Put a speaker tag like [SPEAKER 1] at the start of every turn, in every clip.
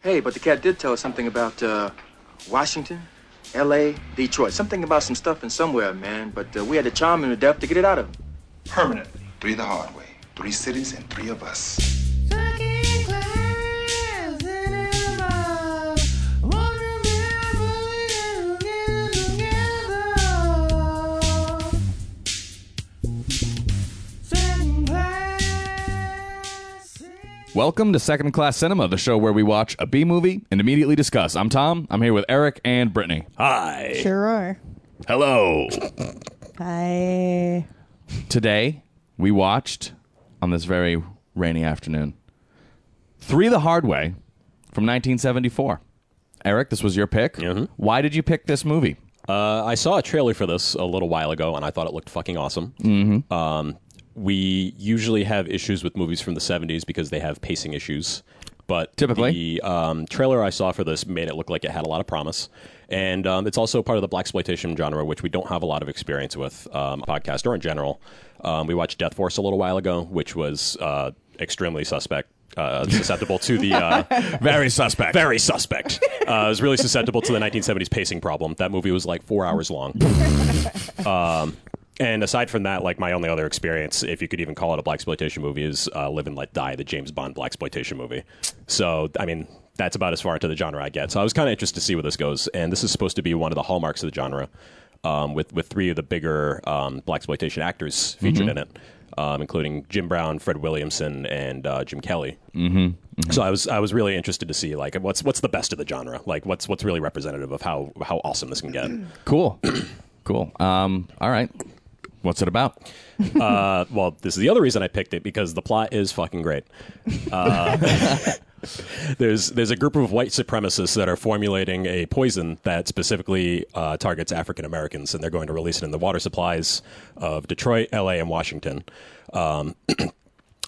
[SPEAKER 1] Hey, but the cat did tell us something about uh, Washington, L.A., Detroit. Something about some stuff in somewhere, man. But uh, we had to charm him to death to get it out of him.
[SPEAKER 2] Permanently. Three the hard way. Three cities and three of us.
[SPEAKER 3] Welcome to Second Class Cinema, the show where we watch a B movie and immediately discuss. I'm Tom. I'm here with Eric and Brittany. Hi.
[SPEAKER 4] Sure are.
[SPEAKER 3] Hello.
[SPEAKER 4] I
[SPEAKER 3] Today, we watched on this very rainy afternoon Three the Hard Way from 1974. Eric, this was your pick. Why did you pick this movie?
[SPEAKER 5] Uh, I saw a trailer for this a little while ago, and I thought it looked fucking awesome. Mm-hmm. Um, we usually have issues with movies from the '70s because they have pacing issues, but
[SPEAKER 3] Typically.
[SPEAKER 5] the um, trailer I saw for this made it look like it had a lot of promise, and um, it's also part of the black exploitation genre, which we don't have a lot of experience with um, podcast or in general. Um, we watched Death Force a little while ago, which was uh, extremely suspect, uh, susceptible to the uh,
[SPEAKER 3] Very suspect.
[SPEAKER 5] very suspect. Uh, it was really susceptible to the 1970s pacing problem. That movie was like four hours long. um, and aside from that, like my only other experience, if you could even call it a black exploitation movie, is uh, Live and Let Die, the James Bond black exploitation movie. So, I mean, that's about as far into the genre I get. So, I was kind of interested to see where this goes. And this is supposed to be one of the hallmarks of the genre, um, with with three of the bigger um, black exploitation actors featured in it, um, including Jim Brown, Fred Williamson, and uh, Jim Kelly. So I was I was really interested to see like what's what's the best of the genre, like what's what's really representative of how how awesome this can get.
[SPEAKER 3] Cool. cool. Um, all right. What's it about?
[SPEAKER 5] Uh, well, this is the other reason I picked it because the plot is fucking great. Uh, there's there's a group of white supremacists that are formulating a poison that specifically uh, targets African Americans, and they're going to release it in the water supplies of Detroit, L.A., and Washington. Um,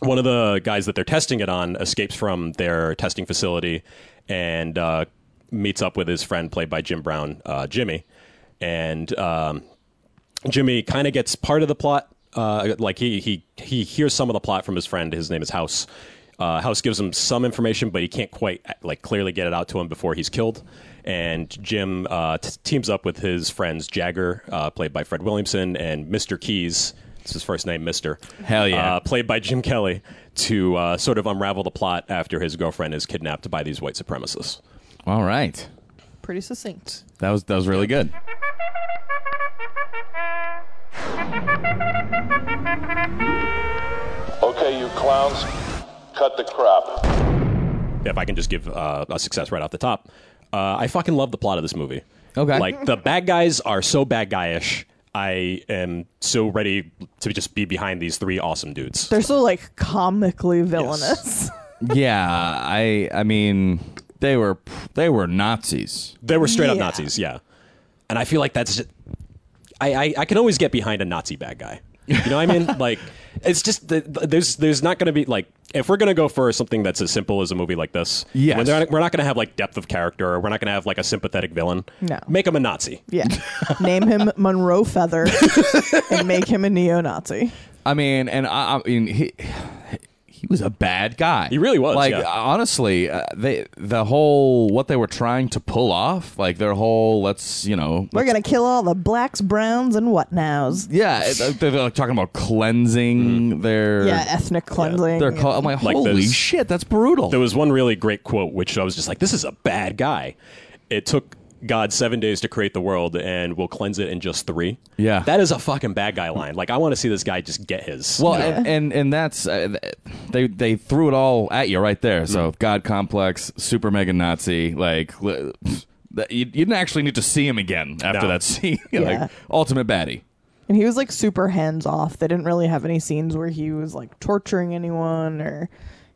[SPEAKER 5] one of the guys that they're testing it on escapes from their testing facility and uh, meets up with his friend played by Jim Brown, uh, Jimmy, and um, Jimmy kind of gets part of the plot. Uh, like he he he hears some of the plot from his friend. His name is House. Uh, House gives him some information, but he can't quite uh, like clearly get it out to him before he's killed. And Jim uh, t- teams up with his friends Jagger, uh, played by Fred Williamson, and Mr. Keys. It's his first name, Mister.
[SPEAKER 3] Hell yeah.
[SPEAKER 5] Uh, played by Jim Kelly to uh, sort of unravel the plot after his girlfriend is kidnapped by these white supremacists.
[SPEAKER 3] All right.
[SPEAKER 4] pretty succinct.
[SPEAKER 3] That was that was really good.
[SPEAKER 6] Okay, you clowns, cut the crap.
[SPEAKER 5] if I can just give uh, a success right off the top, uh, I fucking love the plot of this movie.
[SPEAKER 3] Okay.
[SPEAKER 5] Like, the bad guys are so bad guyish. I am so ready to just be behind these three awesome dudes.
[SPEAKER 4] They're so like comically villainous.
[SPEAKER 3] Yeah, I I mean they were they were Nazis.
[SPEAKER 5] They were straight up
[SPEAKER 4] Yeah.
[SPEAKER 5] Nazis, yeah. And I feel like that's just, I, I I can always get behind a Nazi bad guy. You know what I mean? like it's just the, the- there's there's not going to be like if we're going to go for something that's as simple as a movie like this.
[SPEAKER 3] Yes.
[SPEAKER 5] when they're not- we're not going to have like depth of character. or We're not going to have like a sympathetic villain.
[SPEAKER 4] No.
[SPEAKER 5] make him a Nazi.
[SPEAKER 4] Yeah. Name him Monroe Feather and make him a neo Nazi.
[SPEAKER 3] I mean, and I, I mean he he was a bad guy.
[SPEAKER 5] He really was,
[SPEAKER 3] Like
[SPEAKER 5] yeah.
[SPEAKER 3] honestly, uh, they the whole what they were trying to pull off, like their whole let's you know
[SPEAKER 4] We're going to kill all the blacks, browns, and what nows.
[SPEAKER 3] yeah it- uh, they're like talking about cleansing their
[SPEAKER 4] Yeah, ethnic cleansing.
[SPEAKER 3] their cl- I'm like,
[SPEAKER 5] Mm-hmm. Like
[SPEAKER 3] holy
[SPEAKER 5] this.
[SPEAKER 3] shit, that's brutal.
[SPEAKER 5] There was one really great quote, which I was just like, this is a bad guy. It took God seven days to create the world and will cleanse it in just three.
[SPEAKER 3] Yeah.
[SPEAKER 5] That is a fucking bad guy line. Like, I want to see this guy just get his.
[SPEAKER 3] Well, and, and and that's uh, th- they they threw it all at you right there.
[SPEAKER 5] Mm-hmm.
[SPEAKER 3] So God complex, super mega Nazi, like li- that- you, you didn't actually need to see him again after
[SPEAKER 5] No.
[SPEAKER 3] that scene.
[SPEAKER 4] Yeah.
[SPEAKER 3] like ultimate baddie.
[SPEAKER 4] and he was like super hands off. They didn't really have any scenes where he was like torturing anyone or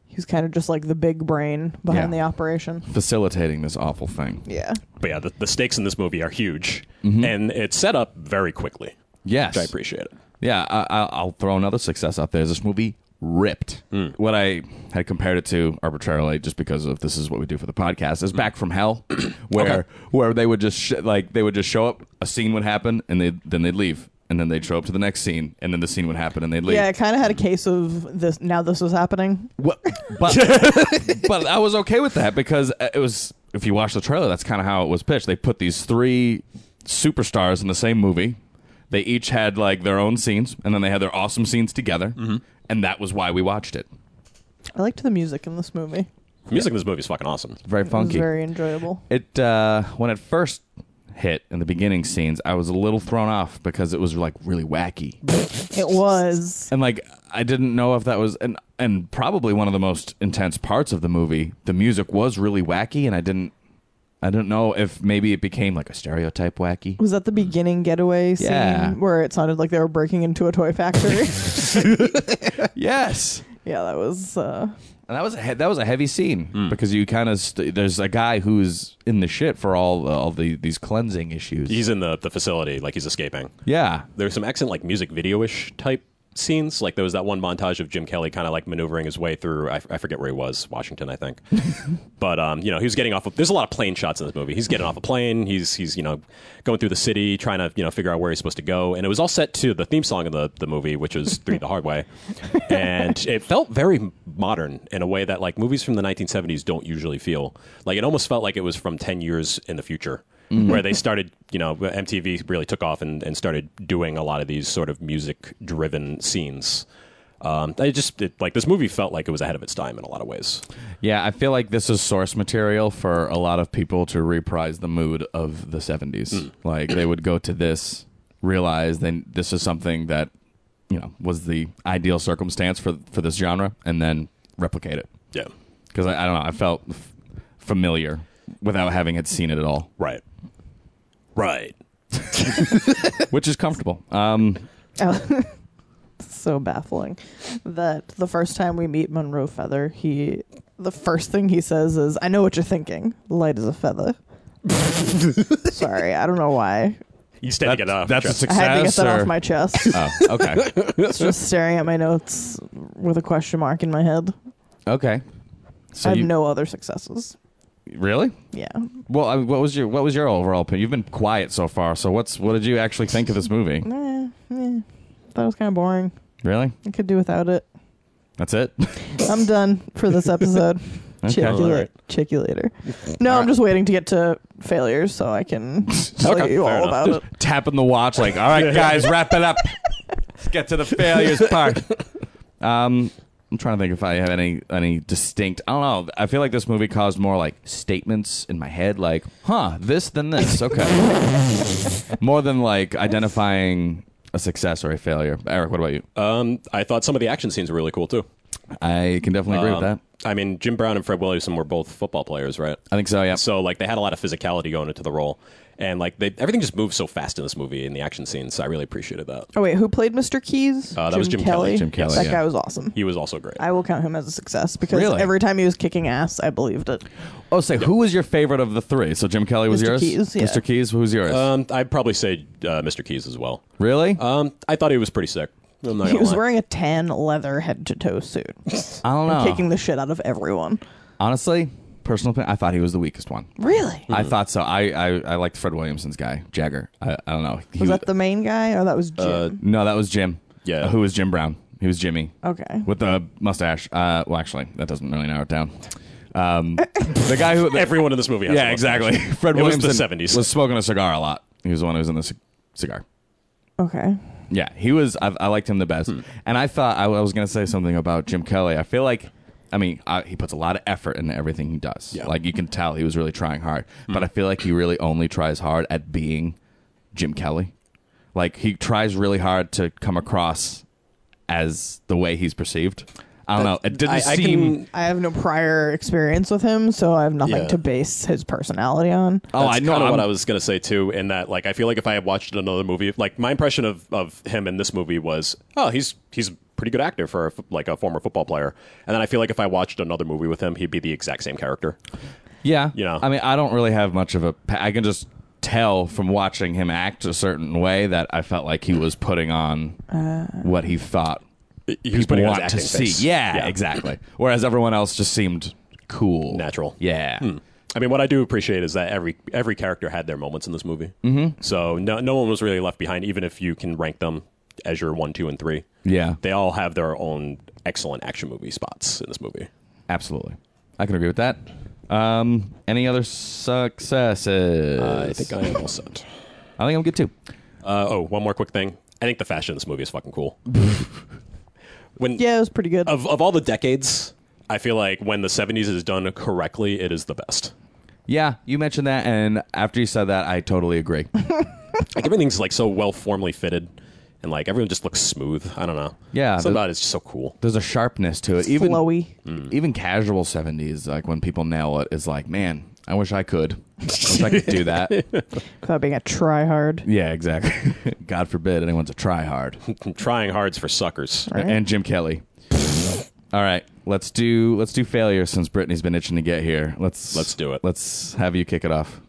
[SPEAKER 4] he was kind of just like the big brain behind
[SPEAKER 3] Yeah.
[SPEAKER 4] the operation.
[SPEAKER 3] facilitating this awful thing.
[SPEAKER 4] Yeah.
[SPEAKER 5] but yeah, the, the stakes in this movie are huge, and it's set up very quickly,
[SPEAKER 3] Mm-hmm. Yes,
[SPEAKER 5] which I appreciate it.
[SPEAKER 3] Yeah, I, I- I'll throw another success out there. This movie ripped. What I had compared it to arbitrarily, just because of this is what we do for the podcast, is Back from Hell, where where they would just sh- like they would just show up, a scene would happen, and they then they'd leave. And and then they'd show up to the next scene, and then the scene would happen, and they'd leave.
[SPEAKER 4] Yeah, I kind of had a case of this. Now this was happening.
[SPEAKER 3] What? But but I was okay with that because uh, it was. If you watch the trailer, that's kind of how it was pitched. They put these three superstars in the same movie. They each had like their own scenes, and then they had their awesome scenes together, and that was why we watched it.
[SPEAKER 4] I liked the music in this movie.
[SPEAKER 5] The music in this movie is fucking awesome.
[SPEAKER 3] Very
[SPEAKER 4] It was
[SPEAKER 3] funky.
[SPEAKER 4] very enjoyable.
[SPEAKER 3] It uh, when it first hit in the beginning scenes, I was a little thrown off because it was like really wacky,
[SPEAKER 4] It was.
[SPEAKER 3] and like I didn't know if that was and and probably one of the most intense parts of the movie. The music was really wacky, and I didn't I didn't know if maybe it became like a stereotype wacky.
[SPEAKER 4] Was that the beginning getaway scene
[SPEAKER 3] Mm. Yeah.
[SPEAKER 4] where it sounded like they were breaking into a toy factory?
[SPEAKER 3] yes.
[SPEAKER 4] yeah, that was. Uh,
[SPEAKER 3] And that was a he- that was a heavy scene because you kind of st- there's a guy who's in the shit for all all the these cleansing issues.
[SPEAKER 5] He's in the, the facility, like he's escaping.
[SPEAKER 3] yeah,
[SPEAKER 5] There's some excellent like music video-ish type scenes. Like there was that one montage of Jim Kelly kind of like maneuvering his way through. I, I forget where he was, Washington, I think. but um, you know, he was getting off. Of, there's a lot of plane shots in this movie. He's getting off a plane. He's he's you know going through the city trying to you know figure out where he's supposed to go. And it was all set to the theme song of the the movie, which is Three the Hard Way. And it felt very modern in a way that like movies from the 1970s don't usually feel. Like it almost felt like it was from 10 years in the future. Where they started, you know, MTV really took off and, and started doing a lot of these sort of music-driven scenes. Um, I just it, like this movie felt like it was ahead of its time in a lot of ways.
[SPEAKER 3] Yeah, I feel like this is source material for a lot of people to reprise the mood of the 70s. Like they would go to this, realize then this is something that, you know, was the ideal circumstance for for this genre and then replicate it.
[SPEAKER 5] Yeah,
[SPEAKER 3] Cuz I, I don't know, I felt f- familiar without having had seen it at all,
[SPEAKER 5] right, right.
[SPEAKER 3] which is comfortable. Um
[SPEAKER 4] oh, so baffling that the first time we meet Monroe Feather, he the first thing he says is, "I know what you're thinking. Light as a feather." Sorry, I don't know why.
[SPEAKER 5] You stand to get off.
[SPEAKER 3] that's a
[SPEAKER 5] Jeff.
[SPEAKER 4] I
[SPEAKER 3] success.
[SPEAKER 4] had to get that
[SPEAKER 3] or-
[SPEAKER 4] off my chest.
[SPEAKER 3] Oh, okay.
[SPEAKER 4] It's just staring at my notes with a question mark in my head.
[SPEAKER 3] okay.
[SPEAKER 4] I
[SPEAKER 3] So
[SPEAKER 4] have
[SPEAKER 3] you
[SPEAKER 4] no other successes.
[SPEAKER 3] really?
[SPEAKER 4] Yeah.
[SPEAKER 3] Well, I, what was your what was your overall opinion? You've been quiet so far. So what's what did you actually think of this movie?
[SPEAKER 4] Eh, eh. That was kind of boring.
[SPEAKER 3] Really?
[SPEAKER 4] I could do without it.
[SPEAKER 3] That's it.
[SPEAKER 4] I'm done for this episode. Check you
[SPEAKER 3] All
[SPEAKER 4] la-
[SPEAKER 5] right. Mm-hmm.
[SPEAKER 4] check you later. No, I'm just waiting to get to failures so I can tell
[SPEAKER 3] Okay,
[SPEAKER 4] you all
[SPEAKER 5] fair enough.
[SPEAKER 4] about it.
[SPEAKER 3] Tapping the watch, like, all right, guys, wrap it up. Let's get to the failures part. Um, I'm trying to think if I have any any distinct. I don't know. I feel like this movie caused more like statements in my head, like, huh, this then this. Okay, more than like identifying a success or a failure. Eric, what about you?
[SPEAKER 5] Um, I thought some of the action scenes were really cool too.
[SPEAKER 3] I can definitely agree with
[SPEAKER 5] Um,
[SPEAKER 3] that.
[SPEAKER 5] I mean, Jim Brown and Fred Williamson were both football players, right?
[SPEAKER 3] I think so. Yeah.
[SPEAKER 5] So like they had a lot of physicality going into the role, and like they everything just moved so fast in this movie in the action scenes. I really appreciated that.
[SPEAKER 4] Oh wait, who played Mr. Keys?
[SPEAKER 5] Uh, that was Jim Kelly.
[SPEAKER 3] Jim Kelly,
[SPEAKER 4] That
[SPEAKER 3] yeah.
[SPEAKER 4] guy was awesome.
[SPEAKER 5] He was also great.
[SPEAKER 4] I will count him as a success because
[SPEAKER 3] Really?
[SPEAKER 4] every time he was kicking ass, I believed it.
[SPEAKER 3] oh, say who was your favorite of the three? So Jim Kelly was
[SPEAKER 4] Mr.
[SPEAKER 3] yours.
[SPEAKER 4] Keys, yeah.
[SPEAKER 3] Mr. Keys, who's yours?
[SPEAKER 5] um, I'd probably say uh, Mr. Keys as well.
[SPEAKER 3] really?
[SPEAKER 5] Um, I thought he was pretty sick. I'm not
[SPEAKER 4] He
[SPEAKER 5] gonna
[SPEAKER 4] was
[SPEAKER 5] lie.
[SPEAKER 4] wearing a tan leather head to toe suit,
[SPEAKER 3] I don't know.
[SPEAKER 4] kicking the shit out of everyone.
[SPEAKER 3] Honestly, personal opinion, I thought he was the weakest one.
[SPEAKER 4] Really?
[SPEAKER 5] Mm-hmm.
[SPEAKER 3] I thought so. I, I, I liked Fred Williamson's guy, Jagger. I, I don't know. He
[SPEAKER 4] Was that the main guy or that was
[SPEAKER 5] Uh,
[SPEAKER 4] Jim?
[SPEAKER 3] No, that was Jim. Uh,
[SPEAKER 5] Yeah.
[SPEAKER 3] Who was Jim Brown? He was Jimmy.
[SPEAKER 4] Okay.
[SPEAKER 3] With the mustache. Uh, well, actually, that doesn't really narrow it down. Um, the guy who.
[SPEAKER 5] Everyone in this movie. Has
[SPEAKER 3] yeah,
[SPEAKER 5] a
[SPEAKER 3] exactly.
[SPEAKER 5] mustache.
[SPEAKER 3] Fred
[SPEAKER 5] It was
[SPEAKER 3] Williamson
[SPEAKER 5] the 70s.
[SPEAKER 3] was smoking a cigar a lot. He was the one who was in the c- cigar.
[SPEAKER 4] okay.
[SPEAKER 3] Yeah, he was. I, I liked him the
[SPEAKER 5] Hmm.
[SPEAKER 3] best, and I thought I, was going to say something about Jim Kelly. I feel like, I mean, I, he puts a lot of effort into everything he does.
[SPEAKER 5] Yeah. Hmm.
[SPEAKER 3] Like you can tell, he was really trying hard. But I feel like he really only tries hard at being Jim Kelly. Like he tries really hard to come across as the way he's perceived. I don't know. It didn't
[SPEAKER 5] I, I
[SPEAKER 3] seem.
[SPEAKER 5] can
[SPEAKER 4] I have no prior experience with him, so I have nothing
[SPEAKER 5] Yeah. Uh,
[SPEAKER 4] to base his personality on.
[SPEAKER 3] oh, I
[SPEAKER 5] That's
[SPEAKER 3] know.
[SPEAKER 5] kinda what
[SPEAKER 3] I'm-
[SPEAKER 5] I was gonna say too. In that, like, I feel like if I had watched another movie, like my impression of, of him in this movie was, oh, he's he's a pretty good actor for a f like a former football player. And then I feel like if I watched another movie with him, he'd be the exact same character.
[SPEAKER 3] Yeah.
[SPEAKER 5] You know.
[SPEAKER 3] I mean, I don't really have much of a. pa- I can just tell from watching him act a certain way that I felt like he was putting on what he thought
[SPEAKER 5] He was
[SPEAKER 3] people
[SPEAKER 5] putting on his
[SPEAKER 3] want to
[SPEAKER 5] acting
[SPEAKER 3] see.
[SPEAKER 5] face.
[SPEAKER 3] Yeah, exactly. Whereas everyone else just seemed cool,
[SPEAKER 5] Natural. Hmm.
[SPEAKER 3] Yeah.
[SPEAKER 5] I mean, what I do appreciate is that every every character had their moments in this movie. Mm-hmm. So no no one was really left behind, even if you can rank them as your one, two, and three.
[SPEAKER 3] Yeah.
[SPEAKER 5] They all have their own excellent action movie spots in this movie.
[SPEAKER 3] Absolutely. I can agree with that. Um, any other successes?
[SPEAKER 5] I think I am all set.
[SPEAKER 3] I think I'm good too.
[SPEAKER 5] Uh, oh, one more quick thing. I think the fashion in this movie is fucking cool. when
[SPEAKER 4] Yeah, it was pretty good.
[SPEAKER 5] of of all the decades, I feel like when the '70s is done correctly, it is the best.
[SPEAKER 3] Yeah, you mentioned that, and after you said that, I totally agree.
[SPEAKER 5] Like everything's like so well formally fitted, and like everyone just looks smooth. I don't know.
[SPEAKER 3] Yeah,
[SPEAKER 5] something
[SPEAKER 3] the-
[SPEAKER 5] about it's just so cool.
[SPEAKER 3] There's a sharpness to it. Even
[SPEAKER 4] Flowy.
[SPEAKER 3] Mm. even casual '70s, like when people nail it, is like, man, I wish I could. I wish I could do that.
[SPEAKER 4] Without being a tryhard.
[SPEAKER 3] Yeah, exactly. God forbid anyone's a tryhard.
[SPEAKER 5] Trying hard's for suckers.
[SPEAKER 4] Right.
[SPEAKER 3] And Jim Kelly. All right, let's do let's do failure since Brittany's been itching to get here. Let's
[SPEAKER 5] Let's do it.
[SPEAKER 3] Let's have you kick it off.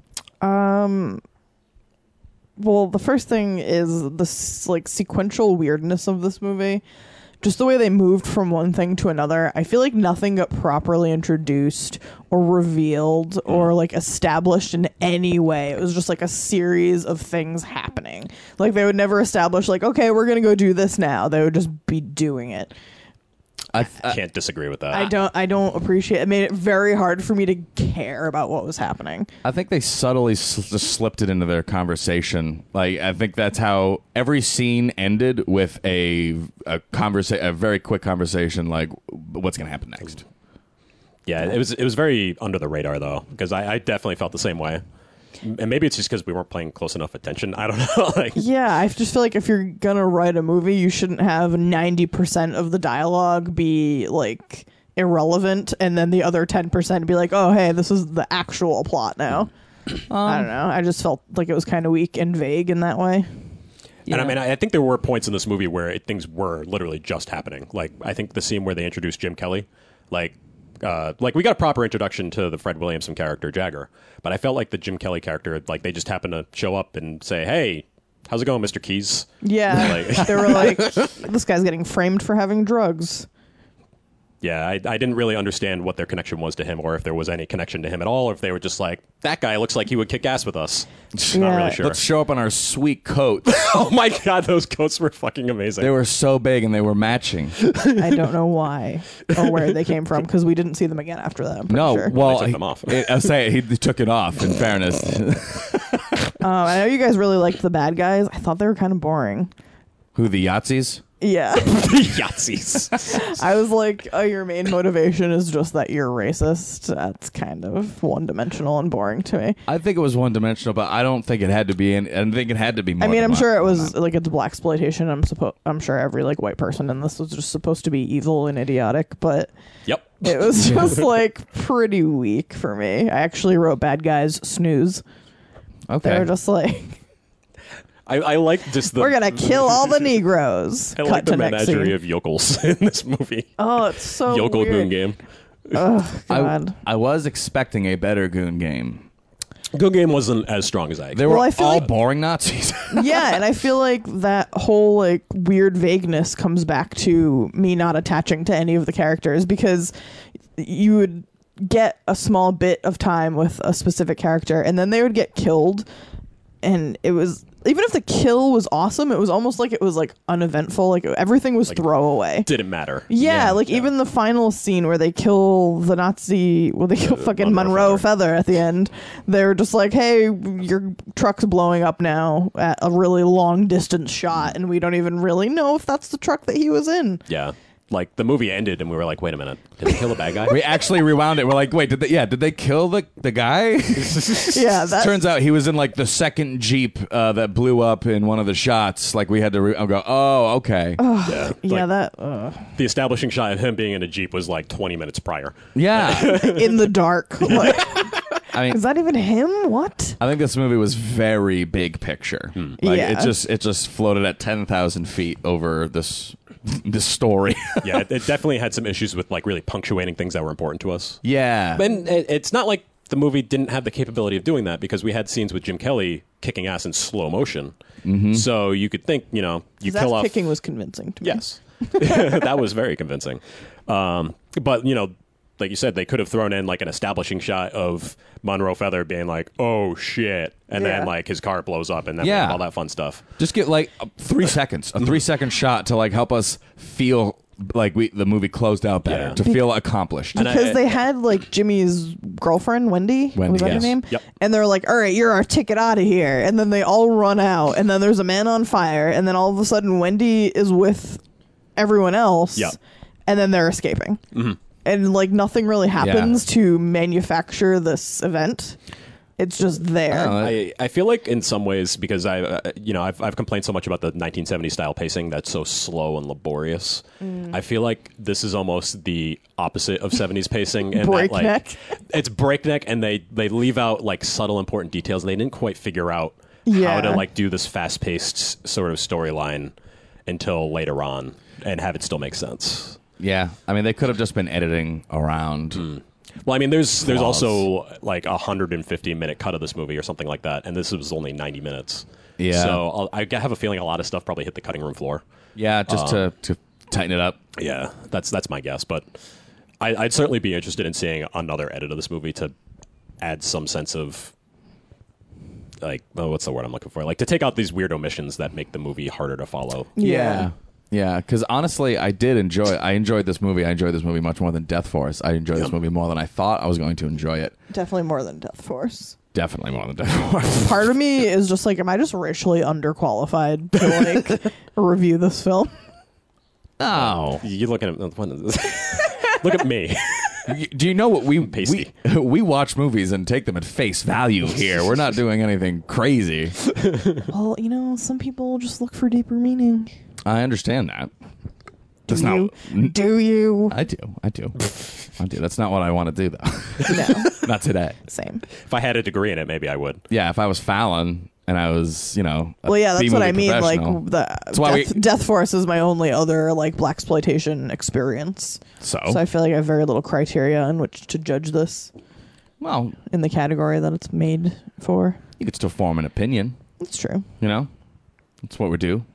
[SPEAKER 4] Well, the first thing is this like sequential weirdness of this movie. Just the way they moved from one thing to another. I feel like nothing got properly introduced or
[SPEAKER 3] Mm.
[SPEAKER 4] revealed or like established in any way. It was just like a series of things happening. Like they would never establish like, okay, we're going to go do this now. They would just be doing it.
[SPEAKER 3] I,
[SPEAKER 5] Can't disagree with that.
[SPEAKER 4] Uh,
[SPEAKER 3] Ah.
[SPEAKER 4] I don't I don't appreciate it made it very hard for me to care about what was happening.
[SPEAKER 3] I think they subtly s just slipped it into their conversation. Like I think that's how every scene ended with a a conversa- a very quick conversation. Like what's gonna happen next?
[SPEAKER 5] Yeah, it was it was very under the radar though, because I, I definitely felt the same way. M- And maybe it's just because we weren't paying close enough attention. I don't know. like,
[SPEAKER 4] Yeah, I just feel like if you're gonna write a movie, you shouldn't have 90% of the dialogue be like irrelevant and then the other 10% be like, oh, hey, this is the actual plot now. I don't know. I just felt like it was kind of weak and vague in that way.
[SPEAKER 5] And I mean, I I think there were points in this movie where it, things were literally just happening. Like, I think the scene where they introduced Jim Kelly, like, uh, like we got a proper introduction to the Fred Williamson character Jagger, but I felt like the Jim Kelly character, like they just happened to show up and say, "Hey, how's it going, Mister Keys?"
[SPEAKER 4] Yeah.
[SPEAKER 5] Like-
[SPEAKER 4] they were like, this guy's getting framed for having drugs.
[SPEAKER 5] Yeah, I, I didn't really understand what their connection was to him, or if there was any connection to him at all, or if they were just like, "That guy looks like he would kick ass with us." Not
[SPEAKER 4] Yeah.
[SPEAKER 5] really sure.
[SPEAKER 3] Let's show up on our sweet coats.
[SPEAKER 5] oh my god, those coats were fucking amazing.
[SPEAKER 3] they were so big and they were matching.
[SPEAKER 4] I don't know why or where they came from because we didn't see them again after that. I'm pretty
[SPEAKER 3] No,
[SPEAKER 4] sure.
[SPEAKER 3] well,
[SPEAKER 5] They took
[SPEAKER 3] he-
[SPEAKER 5] them off.
[SPEAKER 3] I- I'll say it, he took it off. In fairness,
[SPEAKER 4] Um, I know you guys really liked the bad guys. I thought they were kind of boring.
[SPEAKER 3] who the Yahtzees?
[SPEAKER 4] Yeah.
[SPEAKER 5] Yahtzees.
[SPEAKER 4] I was like, oh, your main motivation is just that you're racist. That's kind of one dimensional and boring to me.
[SPEAKER 3] I think it was one dimensional, but I don't think it had to be. In, I think it had to be. More
[SPEAKER 4] I mean,
[SPEAKER 3] than
[SPEAKER 4] I'm
[SPEAKER 3] one.
[SPEAKER 4] sure it was like it's black exploitation. I'm supposed, I'm sure every like white person in this was just supposed to be evil and idiotic, but
[SPEAKER 5] yep.
[SPEAKER 4] it was just like pretty weak for me. I actually wrote bad guys snooze. They
[SPEAKER 3] Okay.
[SPEAKER 4] were just like,
[SPEAKER 5] I, I like just the
[SPEAKER 4] we're gonna kill all the Negroes.
[SPEAKER 5] I
[SPEAKER 4] Cut
[SPEAKER 5] like
[SPEAKER 4] to
[SPEAKER 5] the
[SPEAKER 4] next
[SPEAKER 5] menagerie
[SPEAKER 4] scene.
[SPEAKER 5] of yokels in this movie.
[SPEAKER 4] oh, it's so
[SPEAKER 5] Yokel Goon
[SPEAKER 4] weird.
[SPEAKER 5] Game.
[SPEAKER 3] I,
[SPEAKER 4] God.
[SPEAKER 3] I was expecting a better goon game.
[SPEAKER 5] Goon Game wasn't as strong as I.
[SPEAKER 3] They
[SPEAKER 5] There,
[SPEAKER 3] were
[SPEAKER 4] Well, I feel
[SPEAKER 3] all
[SPEAKER 4] like-
[SPEAKER 3] boring Nazis.
[SPEAKER 4] yeah, and I feel like that whole like weird vagueness comes back to me not attaching to any of the characters because you would get a small bit of time with a specific character and then they would get killed and it was even if the kill was awesome, it was almost like it was like uneventful, like everything was throwaway.
[SPEAKER 5] didn't matter.
[SPEAKER 4] Yeah, like even the final scene where they kill the Nazi, well, they kill fucking
[SPEAKER 5] Monroe
[SPEAKER 4] Monroe, Feather. at the end. They're just like, "Hey, your truck's blowing up now at a really long distance shot, and we don't even really know if that's the truck that he was in."
[SPEAKER 5] Yeah. Like the movie ended, and we were like, "Wait a minute, did they kill the bad guy?"
[SPEAKER 3] we actually rewound it. We're like, wait, did they? Yeah, did they kill the the guy?
[SPEAKER 4] Yeah, that,
[SPEAKER 3] Turns out he was in like the second jeep uh, that blew up in one of the shots. Like we had to re- I'll go. Oh, okay.
[SPEAKER 5] yeah.
[SPEAKER 4] yeah,
[SPEAKER 5] Like,
[SPEAKER 4] that uh,
[SPEAKER 5] the establishing shot of him being in a jeep was like 20 minutes prior.
[SPEAKER 3] yeah.
[SPEAKER 4] in the dark. Like,
[SPEAKER 3] I mean,
[SPEAKER 4] is that even him? What?
[SPEAKER 3] I think this movie was very big picture. Like
[SPEAKER 4] Yeah.
[SPEAKER 3] it just it just floated at ten thousand feet over this this story.
[SPEAKER 5] Yeah, it, it definitely had some issues with like really punctuating things that were important to us.
[SPEAKER 3] yeah.
[SPEAKER 5] And it, it's not like the movie didn't have the capability of doing that because we had scenes with Jim Kelly kicking ass in slow motion.
[SPEAKER 4] Mm-hmm.
[SPEAKER 5] So you could think, you know, you
[SPEAKER 4] That
[SPEAKER 5] kill off
[SPEAKER 4] kicking was convincing to me.
[SPEAKER 5] Yes, that was very convincing. Um, but you know, like you said, they could have thrown in like an establishing shot of Monroe Feather being like, "Oh shit," and
[SPEAKER 4] Yeah.
[SPEAKER 5] then like his car blows up and then
[SPEAKER 3] Yeah.
[SPEAKER 5] all that fun stuff.
[SPEAKER 3] Just get like a- three seconds, a three second shot to like help us feel like we the movie closed out better,
[SPEAKER 5] Yeah.
[SPEAKER 3] to feel accomplished.
[SPEAKER 4] because they had like Jimmy's girlfriend Wendy,
[SPEAKER 3] Wendy,
[SPEAKER 4] was that
[SPEAKER 3] yes.
[SPEAKER 4] her name?
[SPEAKER 5] Yep.
[SPEAKER 4] And they're like, "All right, you're our ticket out of here." And then they all run out, and then there's a man on fire, and then all of a sudden Wendy is with everyone else,
[SPEAKER 5] Yep.
[SPEAKER 4] and then they're escaping,
[SPEAKER 3] Mm-hmm.
[SPEAKER 4] and like nothing really happens to manufacture this event. It's just there.
[SPEAKER 3] Oh,
[SPEAKER 5] I, I feel like in some ways because I uh, you know I've, I've complained so much about the 1970 style pacing that's so slow and laborious.
[SPEAKER 4] Mm.
[SPEAKER 5] I feel like this is almost the opposite of 70s pacing and that like
[SPEAKER 4] Breakneck.
[SPEAKER 5] it's breakneck and they they leave out like subtle important details they didn't quite figure out how
[SPEAKER 4] Yeah.
[SPEAKER 5] to like do this fast paced sort of storyline until later on and have it still make sense.
[SPEAKER 3] yeah, I mean they could have just been editing around.
[SPEAKER 5] Well, I mean, there's there's
[SPEAKER 3] Flaws.
[SPEAKER 5] also like a 150 minute cut of this movie or something like that, and this was only 90 minutes.
[SPEAKER 3] Yeah.
[SPEAKER 5] So I'll, I have a feeling a lot of stuff probably hit the cutting room floor.
[SPEAKER 3] Yeah, just to to tighten it up.
[SPEAKER 5] Yeah, that's that's my guess, but I, I'd certainly be interested in seeing another edit of this movie to add some sense of like oh, what's the word I'm looking for? Like to take out these weird omissions that make the movie harder to follow.
[SPEAKER 3] Yeah. Yeah, because honestly, I did enjoy. I enjoyed this movie. I enjoyed this movie much more than Death Force. I enjoyed this movie more than I thought I was going to enjoy it.
[SPEAKER 4] definitely more than Death Force.
[SPEAKER 3] Definitely more than Death Force.
[SPEAKER 4] Part of me is just like, am I just racially underqualified to like review this film?
[SPEAKER 3] No.
[SPEAKER 5] You look at what is this? look at me.
[SPEAKER 4] Oh.
[SPEAKER 3] Y- Do you know what we
[SPEAKER 5] Pasty.
[SPEAKER 3] we we watch movies and take them at face value here? We're not doing anything crazy.
[SPEAKER 4] Well, you know, some people just look for deeper meaning.
[SPEAKER 3] I understand that. That's
[SPEAKER 4] do
[SPEAKER 3] not.
[SPEAKER 4] you? Do you?
[SPEAKER 3] I do. I do. I do. That's not what I want to do though.
[SPEAKER 4] No.
[SPEAKER 3] not today.
[SPEAKER 4] Same.
[SPEAKER 5] If I had a degree in it, maybe I would.
[SPEAKER 3] Yeah, if I was Fallon and I was, you know, a
[SPEAKER 4] Well, yeah, that's what
[SPEAKER 3] B-movie
[SPEAKER 4] I mean. Like
[SPEAKER 3] professional,
[SPEAKER 4] the
[SPEAKER 3] That's
[SPEAKER 4] Death,
[SPEAKER 3] why we-
[SPEAKER 4] Death Force is my only other like black exploitation experience.
[SPEAKER 3] so,
[SPEAKER 4] So I feel like I have very little criteria in which to judge this
[SPEAKER 3] well,
[SPEAKER 4] in the category that it's made for.
[SPEAKER 3] you could still form an opinion.
[SPEAKER 4] It's true.
[SPEAKER 3] You know, that's what we do.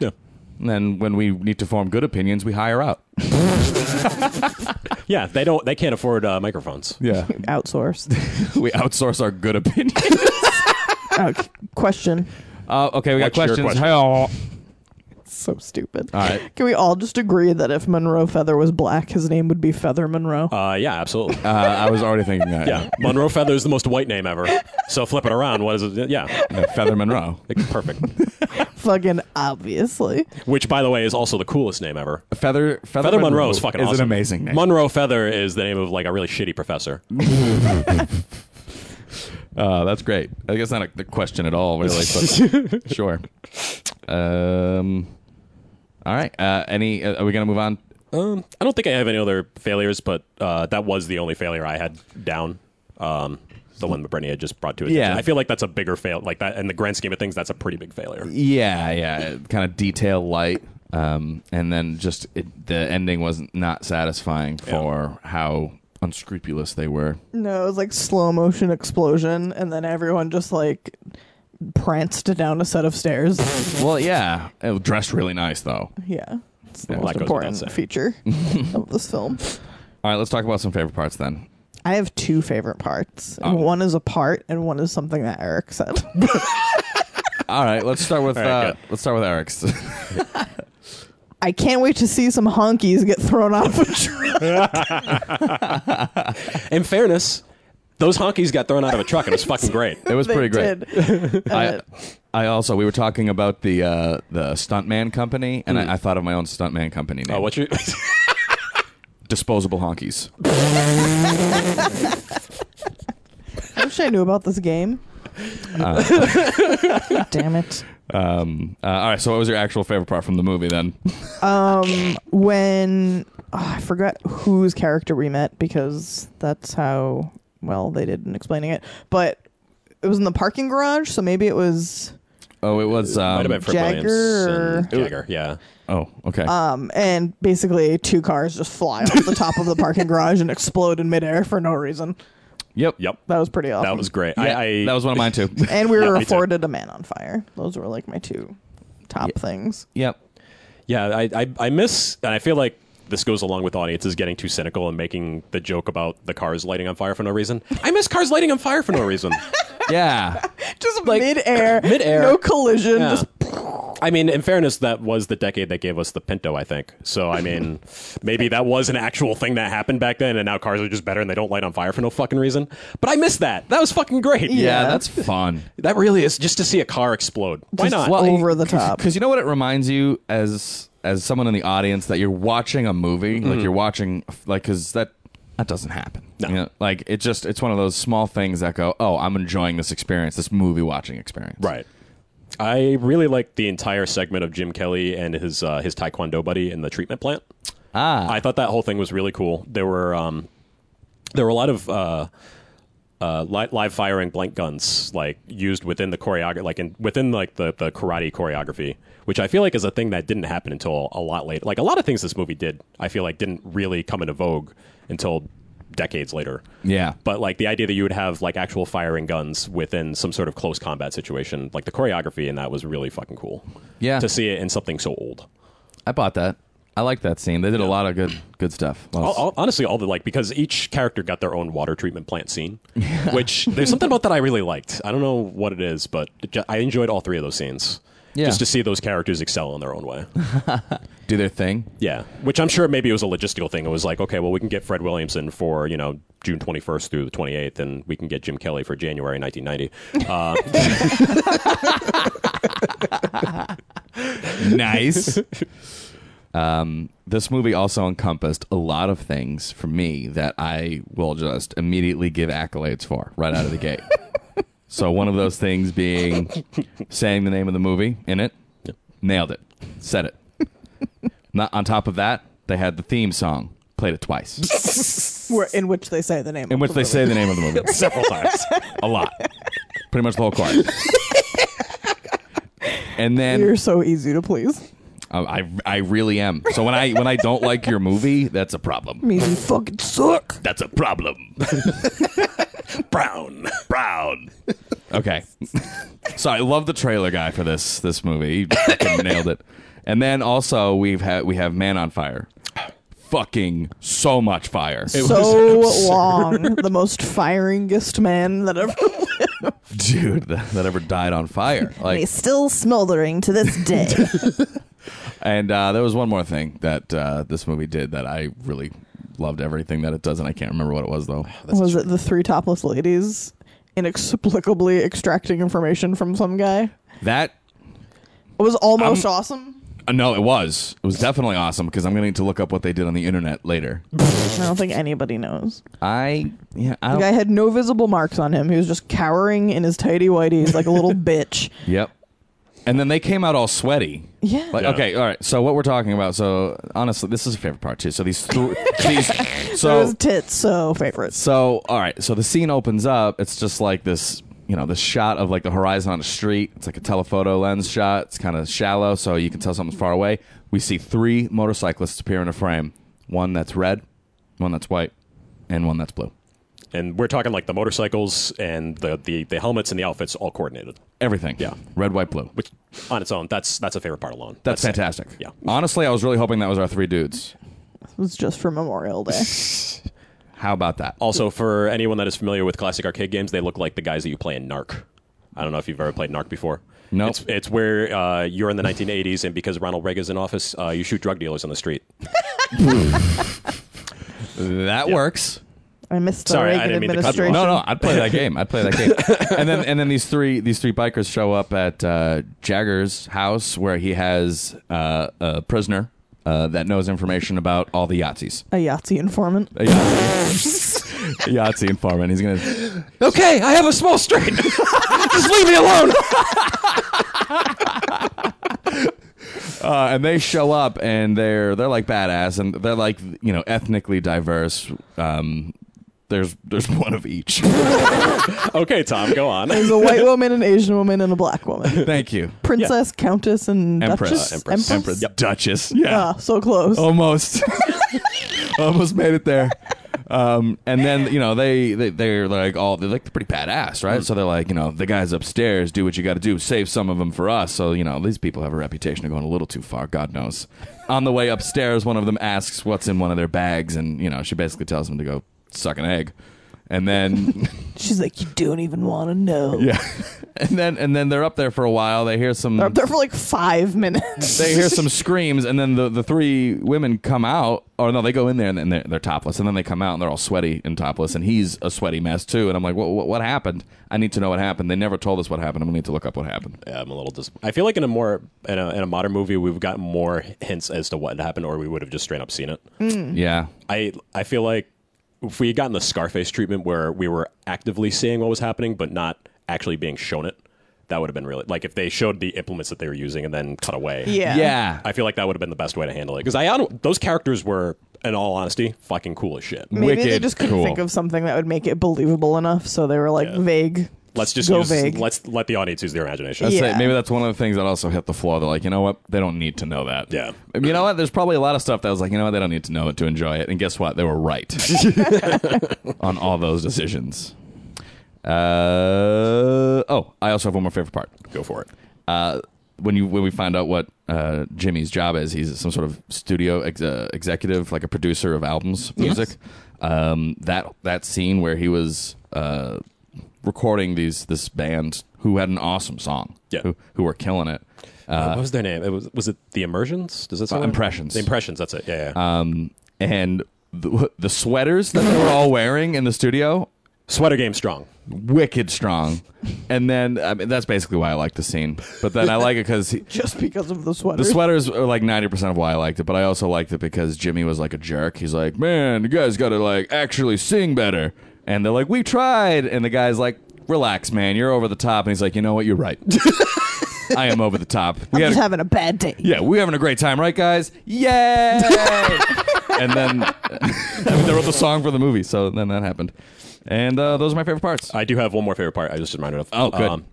[SPEAKER 5] Yeah.
[SPEAKER 3] And then when we need to form good opinions, we hire out.
[SPEAKER 5] Yeah, they don't. They can't afford uh, microphones.
[SPEAKER 3] Yeah,
[SPEAKER 4] Outsourced.
[SPEAKER 3] we outsource our good opinions.
[SPEAKER 4] Oh, c- question.
[SPEAKER 3] Uh, okay, we got
[SPEAKER 5] What's your
[SPEAKER 3] questions.
[SPEAKER 5] question?
[SPEAKER 3] Hell.
[SPEAKER 4] So stupid.
[SPEAKER 3] All right.
[SPEAKER 4] Can we all just agree that if Monroe Feather was black, his name would be Feather Monroe?
[SPEAKER 5] Uh, yeah, absolutely.
[SPEAKER 3] Uh, I was already thinking that.
[SPEAKER 5] Yeah, Monroe Feather is the most white name ever. So flip it around. What is it? Yeah,
[SPEAKER 3] Yeah, Feather Monroe.
[SPEAKER 5] Like, perfect.
[SPEAKER 4] Fucking obviously.
[SPEAKER 5] Which, by the way, is also the coolest name ever.
[SPEAKER 3] Feather Feather,
[SPEAKER 5] Feather Monroe is fucking
[SPEAKER 3] is
[SPEAKER 5] awesome.
[SPEAKER 3] an amazing name.
[SPEAKER 5] Monroe Feather is the name of like a really shitty professor.
[SPEAKER 3] uh, that's great. I guess not a, a question at all, really. But sure. Um. All right. Uh, any? Uh, are we gonna move on?
[SPEAKER 5] Um, I don't think I have any other failures, but uh, that was the only failure I had down. Um, the one that Brittany had just brought to attention.
[SPEAKER 3] Yeah.
[SPEAKER 5] I feel like that's a bigger fail. Like that, in the grand scheme of things, that's a pretty big failure.
[SPEAKER 3] Yeah, yeah. Kind of detail light. Um, and then just it, the ending was not satisfying for how unscrupulous they were.
[SPEAKER 4] No, it was like slow motion explosion, and then everyone just like pranced down a set of stairs.
[SPEAKER 3] Well, yeah. It was dressed really nice though.
[SPEAKER 4] yeah, it's the
[SPEAKER 5] Yeah,
[SPEAKER 4] most
[SPEAKER 5] that goes without
[SPEAKER 4] important
[SPEAKER 5] saying.
[SPEAKER 4] feature of this film.
[SPEAKER 3] All right, let's talk about some favorite parts then.
[SPEAKER 4] I have two favorite parts.
[SPEAKER 3] Oh.
[SPEAKER 5] Um,
[SPEAKER 4] and One is a part, and one is something that Eric said.
[SPEAKER 3] All right, let's start with
[SPEAKER 5] All right,
[SPEAKER 3] uh,
[SPEAKER 5] good.
[SPEAKER 3] let's start with Eric's.
[SPEAKER 4] I can't wait to see some honkies get thrown off a truck.
[SPEAKER 5] In fairness, those honkies got thrown out of a truck. and It was fucking great.
[SPEAKER 3] It was
[SPEAKER 4] They
[SPEAKER 3] pretty great.
[SPEAKER 4] did. Uh,
[SPEAKER 3] I, I also we were talking about the uh, the stuntman company, and I, I thought of my own stuntman company name.
[SPEAKER 5] Hmm. Oh, what's your?
[SPEAKER 3] Disposable honkies.
[SPEAKER 4] I wish I knew about this game.
[SPEAKER 5] Uh,
[SPEAKER 4] Damn it.
[SPEAKER 3] Um, uh, all right, so what was your actual favorite part from the movie then?
[SPEAKER 4] when oh, I forgot whose character we met because that's how well they did in explaining it. But it was in the parking garage, so maybe it was
[SPEAKER 3] Oh, it was. Um,
[SPEAKER 5] Might have been Fred
[SPEAKER 4] Jagger
[SPEAKER 5] Williams and
[SPEAKER 4] or-
[SPEAKER 5] Jagger. Yeah.
[SPEAKER 3] oh, okay.
[SPEAKER 4] um and basically two cars just fly off the top of the parking garage and explode in midair for no reason.
[SPEAKER 3] yep,
[SPEAKER 5] Yep.
[SPEAKER 4] That was pretty awesome.
[SPEAKER 5] That was great.
[SPEAKER 3] Yeah,
[SPEAKER 5] I, I
[SPEAKER 3] that was one of mine too.
[SPEAKER 4] and we
[SPEAKER 5] Yeah,
[SPEAKER 4] were
[SPEAKER 5] me too.
[SPEAKER 4] afforded a man on fire. Those were like my two top things.
[SPEAKER 3] yep.
[SPEAKER 5] yeah. I, I I miss and I feel like this goes along with audiences getting too cynical and making the joke about the cars lighting on fire for no reason. I miss cars lighting on fire for no reason.
[SPEAKER 3] Yeah.
[SPEAKER 4] Just mid-air.
[SPEAKER 5] mid-air.
[SPEAKER 4] No collision.
[SPEAKER 5] Yeah.
[SPEAKER 4] Just
[SPEAKER 5] I mean, in fairness, that was the decade that gave us the Pinto, I think. So, I mean, maybe that was an actual thing that happened back then, and now cars are just better and they don't light on fire for no fucking reason. But I miss that. That was fucking great.
[SPEAKER 3] yeah, that's fun.
[SPEAKER 5] That really is just to see a car explode. Why not?
[SPEAKER 4] well- over the top.
[SPEAKER 3] Because you know what it reminds you as as someone in the audience that you're watching a movie, like you're watching like because that that doesn't happen.
[SPEAKER 5] Mm. No.
[SPEAKER 3] You know, like it just it's one of those small things that go, oh, I'm enjoying this experience, this movie watching experience.
[SPEAKER 5] right. I really like the entire segment of Jim Kelly and his uh, his Taekwondo buddy in the treatment plant.
[SPEAKER 3] Ah,
[SPEAKER 5] I thought that whole thing was really cool. There were um, there were a lot of uh, uh, li- live firing blank guns like used within the choreography, like in, within like the, the karate choreography, which I feel like is a thing that didn't happen until a lot later. Like a lot of things this movie did, I feel like didn't really come into vogue until decades later.
[SPEAKER 3] yeah.
[SPEAKER 5] But like the idea that you would have like actual firing guns within some sort of close combat situation, like the choreography in that was really fucking cool.
[SPEAKER 3] Yeah.
[SPEAKER 5] to see it in something so old.
[SPEAKER 3] I bought that. I like that scene. They did a lot of good good stuff. Well,
[SPEAKER 5] All, all, honestly, all the like because each character got their own water treatment plant scene, which there's something about that I really liked. I don't know what it is, but it ju- I enjoyed all three of those scenes.
[SPEAKER 3] Yeah.
[SPEAKER 5] Just to see those characters excel in their own way.
[SPEAKER 3] do their thing.
[SPEAKER 5] yeah. Which I'm sure maybe it was a logistical thing. It was like, okay, well, we can get Fred Williamson for, you know, June 21st through the 28th, and we can get Jim Kelly for January 1990. Uh,
[SPEAKER 3] nice. um, this movie also encompassed a lot of things for me that I will just immediately give accolades for right out of the gate. so one of those things being saying the name of the movie in it. Nailed it. Said it. Not on top of that, they had the theme song. Played it twice,
[SPEAKER 4] where, in which they say the name.
[SPEAKER 3] in which they say the name of the movie
[SPEAKER 5] several times.
[SPEAKER 3] a lot, pretty much the whole chorus. and then
[SPEAKER 4] You're so easy to please.
[SPEAKER 3] I, I I really am. So when I when I don't like your movie, that's a problem.
[SPEAKER 4] Means you fucking suck.
[SPEAKER 3] That's a problem.
[SPEAKER 5] Brown.
[SPEAKER 3] Brown. Okay. so I love the trailer guy for this this movie. He fucking nailed it. And then also we've had we have Man on Fire. Fucking so much fire.
[SPEAKER 4] so long. The most firingest man that ever lived.
[SPEAKER 3] Dude, that, that ever died on fire. Like
[SPEAKER 4] still smoldering to this day.
[SPEAKER 3] and uh, there was one more thing that uh, this movie did that I really loved everything that it does and I can't remember what it was though.
[SPEAKER 4] was it the three topless ladies inexplicably extracting information from some guy? It
[SPEAKER 3] That
[SPEAKER 4] was
[SPEAKER 5] Um,
[SPEAKER 4] almost awesome.
[SPEAKER 3] Uh, No, it was. It was definitely awesome because I'm going to need to look up what they did on the internet later.
[SPEAKER 4] I don't think anybody knows.
[SPEAKER 3] I yeah, I
[SPEAKER 4] The
[SPEAKER 3] don't.
[SPEAKER 4] guy had no visible marks on him. He was just cowering in his tidy whities like a little bitch.
[SPEAKER 3] Yep. And then they came out all sweaty.
[SPEAKER 4] Yeah.
[SPEAKER 3] Like,
[SPEAKER 5] Yeah.
[SPEAKER 3] okay, all right. So what we're talking about? So honestly, this is a favorite part too. So these, th- these,
[SPEAKER 4] It
[SPEAKER 3] so
[SPEAKER 4] was tits, so favorites.
[SPEAKER 3] So, all right. So the scene opens up. It's just like this, you know, this shot of like the horizon on a street. It's like a telephoto lens shot. It's kind of shallow, so you can tell something's far away. We see three motorcyclists appear in a frame one that's red, one that's white, and one that's blue.
[SPEAKER 5] And we're talking like the motorcycles and the, the, the helmets and the outfits all coordinated,
[SPEAKER 3] Everything.
[SPEAKER 5] Yeah.
[SPEAKER 3] Red, white, blue.
[SPEAKER 5] which on its own, that's that's a favorite part alone.
[SPEAKER 3] That's,
[SPEAKER 5] it.
[SPEAKER 3] fantastic.
[SPEAKER 5] Yeah.
[SPEAKER 3] Honestly, I was really hoping that was our three dudes.
[SPEAKER 4] It was just for Memorial Day.
[SPEAKER 3] How about that?
[SPEAKER 5] Also, for anyone that is familiar with classic arcade games, they look like the guys that you play in Narc. I don't know if you've ever played Narc before.
[SPEAKER 3] Nope.
[SPEAKER 5] It's, it's where uh, you're in the 1980s, and because Ronald Reagan's in office, uh, you shoot drug dealers on the street.
[SPEAKER 3] That works.
[SPEAKER 4] I missed the
[SPEAKER 5] Sorry, I
[SPEAKER 4] Reagan
[SPEAKER 5] didn't mean to cut you
[SPEAKER 4] administration.
[SPEAKER 3] No, no, I'd play that game. I'd play that game. and then and then these three these three bikers show up at uh, Jagger's house where he has uh, a prisoner uh, that knows information about all the Yahtzees.
[SPEAKER 4] A Yahtzee informant.
[SPEAKER 3] A Yahtzee, a Yahtzee informant. He's gonna
[SPEAKER 5] Okay, I have a small street. Just leave me alone.
[SPEAKER 3] uh, and they show up and they're they're like badass and they're like you know ethnically diverse. Um, there's there's one of each.
[SPEAKER 5] okay, Tom, go on.
[SPEAKER 4] There's a white woman, an Asian woman, and a black woman.
[SPEAKER 3] Thank you.
[SPEAKER 4] Princess, countess, and
[SPEAKER 3] Empress.
[SPEAKER 4] duchess.
[SPEAKER 3] Uh, Empress. Duchess. Yeah. Oh.
[SPEAKER 4] Ah, so close.
[SPEAKER 3] Almost. Almost made it there. Um, and then you know they they they're like all they're like pretty badass, right? So they're like you know the guys upstairs do what you got to do, save some of them for us. So you know these people have a reputation of going a little too far, God knows. On the way upstairs, one of them asks what's in one of their bags, and you know she basically tells them to go suck an egg, and then
[SPEAKER 4] She's like, you don't even want to know.
[SPEAKER 3] yeah, and then and then they're up there for a while. They hear some
[SPEAKER 4] They're up there for like five minutes.
[SPEAKER 3] they hear some screams, and then the, the three women come out. Or no, they go in there and then they're, they're topless, and then they come out and they're all sweaty and topless, and he's a sweaty mess too. And I'm like, what, what, what happened? I need to know what happened. They never told us what happened. I'm gonna need to look up what happened.
[SPEAKER 5] Yeah, I'm a little dis- I feel like in a more in a, in a modern movie we've got more hints as to what happened or we would have just straight up seen it.
[SPEAKER 4] Mm.
[SPEAKER 3] Yeah,
[SPEAKER 5] I I feel like if we had gotten the Scarface treatment where we were actively seeing what was happening but not actually being shown it, that would have been really like if they showed the implements that they were using and then cut away.
[SPEAKER 4] Yeah.
[SPEAKER 3] yeah.
[SPEAKER 5] I feel like that would have been the best way to handle it because I hon- those characters were in all honesty fucking cool as shit.
[SPEAKER 4] Maybe they
[SPEAKER 3] Wicked
[SPEAKER 4] just couldn't
[SPEAKER 3] cool.
[SPEAKER 4] think of something that would make it believable enough, so they were like vague.
[SPEAKER 5] Let's just
[SPEAKER 4] go
[SPEAKER 5] use,
[SPEAKER 4] vague.
[SPEAKER 5] let's let the audience use their imagination.
[SPEAKER 3] That's
[SPEAKER 4] Yeah.
[SPEAKER 3] it. Maybe that's one of the things that also hit the floor. They're like, you know what? They don't need to know that. Um,
[SPEAKER 5] Yeah.
[SPEAKER 3] You know what? There's probably a lot of stuff that was like, you know what? They don't need to know it to enjoy it. And guess what? They were right on all those decisions. Uh, oh, I also have one more favorite part.
[SPEAKER 5] Go for it.
[SPEAKER 3] uh, when you when we find out what uh, Jimmy's job is, he's some sort of studio ex- uh, executive, like a producer of albums, music. Um, that that scene where he was uh, recording these this band who had an awesome song,
[SPEAKER 5] Yeah.
[SPEAKER 3] who, who were killing it.
[SPEAKER 5] Uh, what was their name? It was was it the Immersions? Does that sound
[SPEAKER 3] Uh,
[SPEAKER 5] right?
[SPEAKER 3] Impressions.
[SPEAKER 5] The Impressions. That's it. Yeah. yeah.
[SPEAKER 3] Um, and the, the sweaters that they were all wearing in the studio
[SPEAKER 5] Sweater game strong.
[SPEAKER 3] wicked strong and then I mean, that's basically why i like the scene but then i like it because
[SPEAKER 4] Just because of the sweater.
[SPEAKER 3] The sweaters are like ninety percent of why I liked it, but I also liked it because Jimmy was like a jerk. He's like, "Man, you guys got to like actually sing better." And they're like, "We tried," and the guy's like, "Relax, man, you're over the top." And he's like, "You know what? You're right. I am over the top. We
[SPEAKER 4] I'm
[SPEAKER 3] had
[SPEAKER 4] just
[SPEAKER 3] a-
[SPEAKER 4] having a bad day.
[SPEAKER 3] yeah, we're having a great time, right, guys? Yay!" and then they wrote the song for the movie, so then that happened. And uh, those are my favorite parts.
[SPEAKER 5] I do have one more favorite part. I just reminded of. Um,
[SPEAKER 3] Oh, good.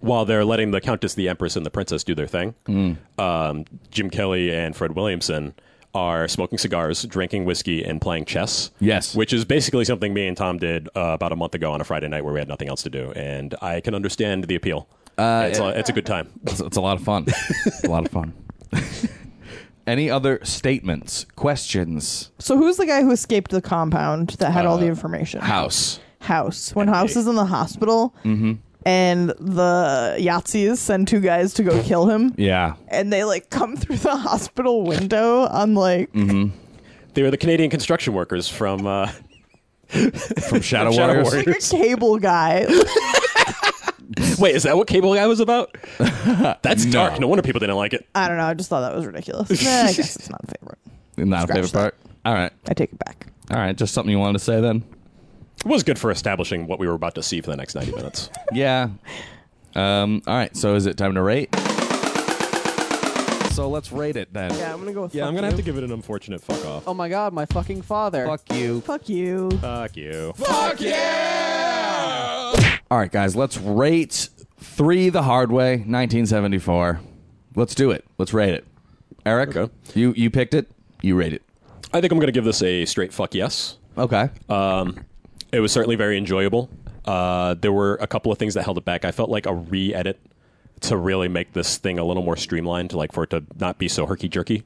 [SPEAKER 5] while they're letting the Countess, the Empress, and the Princess do their thing,
[SPEAKER 3] Mm.
[SPEAKER 5] um, Jim Kelly and Fred Williamson are smoking cigars, drinking whiskey, and playing chess.
[SPEAKER 3] Yes.
[SPEAKER 5] which is basically something me and Tom did uh, about a month ago on a Friday night where we had nothing else to do, and I can understand the appeal. Uh, it's, a, it's a good time.
[SPEAKER 3] It's, it's a lot of fun. It's a lot of fun. Any other statements, questions?
[SPEAKER 4] So who's the guy who escaped the compound that had all
[SPEAKER 3] Uh,
[SPEAKER 4] the information?
[SPEAKER 3] House.
[SPEAKER 4] House. When House is in the hospital
[SPEAKER 3] Mm-hmm.
[SPEAKER 4] and the Yahtzees send two guys to go kill him.
[SPEAKER 3] Yeah.
[SPEAKER 4] And they like come through the hospital window on like
[SPEAKER 5] Mm-hmm. They were the Canadian construction workers from. Uh,
[SPEAKER 3] From Shadow,
[SPEAKER 5] Shadow
[SPEAKER 3] Warriors.
[SPEAKER 5] Warriors.
[SPEAKER 4] a cable guy.
[SPEAKER 5] wait, is that what Cable Guy was about? That's
[SPEAKER 3] No.
[SPEAKER 5] dark. No wonder people didn't like it.
[SPEAKER 4] I don't know. I just thought that was ridiculous. Nah, I guess it's not a favorite.
[SPEAKER 3] Not a
[SPEAKER 4] Scratch
[SPEAKER 3] favorite part. All right.
[SPEAKER 4] I take it back.
[SPEAKER 3] All right. Just something you wanted to say then?
[SPEAKER 5] It was good for establishing what we were about to see for the next ninety minutes.
[SPEAKER 3] Yeah. Um, all right. So is it time to rate? So let's rate it then.
[SPEAKER 4] Yeah, I'm gonna go with.
[SPEAKER 5] Yeah,
[SPEAKER 4] fuck
[SPEAKER 5] I'm gonna
[SPEAKER 4] you.
[SPEAKER 5] have to give it an unfortunate fuck off.
[SPEAKER 7] Oh my god, my fucking father.
[SPEAKER 3] Fuck you.
[SPEAKER 4] Fuck you.
[SPEAKER 5] Fuck you.
[SPEAKER 3] All right, guys. Let's rate Three the Hard Way, 1974. Let's do it. Let's rate it. Eric,
[SPEAKER 5] Okay.
[SPEAKER 3] you, you picked it. You rate it.
[SPEAKER 5] I think I'm gonna give this a straight fuck yes.
[SPEAKER 3] Okay.
[SPEAKER 5] Um, it was certainly very enjoyable. Uh, there were a couple of things that held it back. I felt like a re-edit to really make this thing a little more streamlined, to like for it to not be so herky jerky,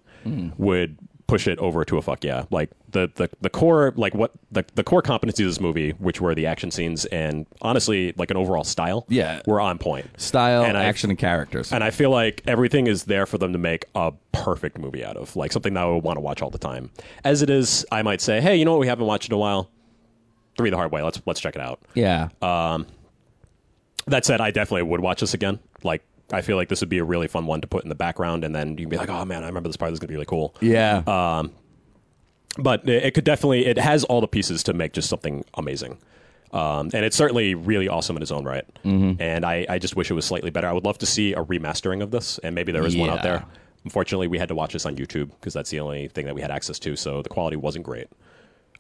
[SPEAKER 5] would push it over to a fuck yeah. Like the the, the core like what the, the core competencies of this movie, which were the action scenes and honestly like an overall style,
[SPEAKER 3] Yeah.
[SPEAKER 5] were on point.
[SPEAKER 3] Style,
[SPEAKER 5] And I-
[SPEAKER 3] action, and characters.
[SPEAKER 5] And I feel like everything is there for them to make a perfect movie out of, like something that I would want to watch all the time. As it is, I might say, hey, you know what? We haven't watched in a while. Three the hard way. Let's let's check it out.
[SPEAKER 3] yeah.
[SPEAKER 5] Uh, That said, I definitely would watch this again. Like, I feel like this would be a really fun one to put in the background, and then you'd be like, oh man, I remember this part. This is gonna be really cool.
[SPEAKER 3] yeah.
[SPEAKER 5] But it, it could definitely it has all the pieces to make just something amazing. Um, and it's certainly really awesome in its own right.
[SPEAKER 3] Mm-hmm.
[SPEAKER 5] And I, I just wish it was slightly better. I would love to see a remastering of this, and maybe there is one out
[SPEAKER 3] Yeah.
[SPEAKER 5] there. Unfortunately, we had to watch this on YouTube because that's the only thing that we had access to, so the quality wasn't great.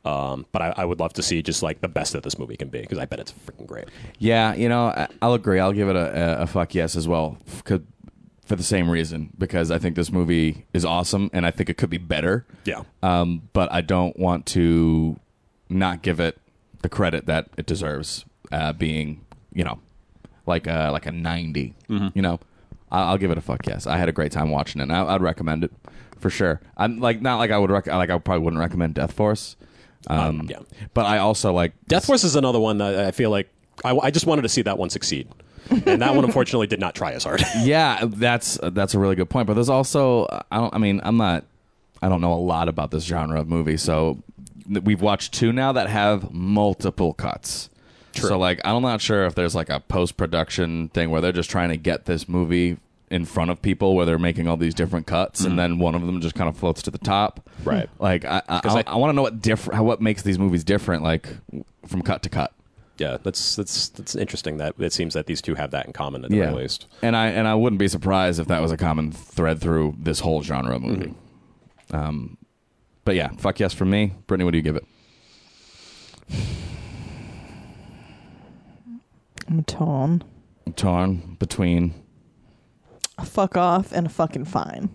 [SPEAKER 5] Um, but I, I would love to see just like the best that this movie can be because I bet it's freaking great.
[SPEAKER 3] Yeah, you know, I- I'll agree. I'll give it a, a- a fuck yes as well. F- Could, for the same reason, because I think this movie is awesome and I think it could be better.
[SPEAKER 5] Yeah.
[SPEAKER 3] Um, but I don't want to not give it the credit that it deserves, uh, being you know like a like a 90 You know, I, I'll give it a fuck yes. I had a great time watching it. And I, I'd recommend it for sure. I'm like not like I would rec- like I probably wouldn't recommend Death Force. Um,
[SPEAKER 5] yeah.
[SPEAKER 3] but I also like
[SPEAKER 5] Death Force is another one that I feel like I, I just wanted to see that one succeed, and that one unfortunately did not try as hard.
[SPEAKER 3] yeah, uh, that's that's a really good point. But there's also uh, I don't I mean I'm not I don't know a lot about this genre of movie, so we've watched two now that have multiple cuts. So like I'm not sure if there's like a post production thing where they're just trying to get this movie in front of people where they're making all these different cuts and then one of them just kind of floats to the top.
[SPEAKER 5] Mm. Right.
[SPEAKER 3] Like I I,
[SPEAKER 5] 'Cause I-
[SPEAKER 3] want to know what different what makes these movies different like from cut to cut.
[SPEAKER 5] yeah, that's that's that's interesting. That it seems that these two have that in common at the very least.
[SPEAKER 3] And I and I wouldn't be surprised if that was a common thread through this whole genre of movie. Um, but yeah, fuck yes for me. Brittany, what do you give it?
[SPEAKER 4] I'm torn.
[SPEAKER 3] I'm torn between.
[SPEAKER 4] A fuck off and a fucking fine.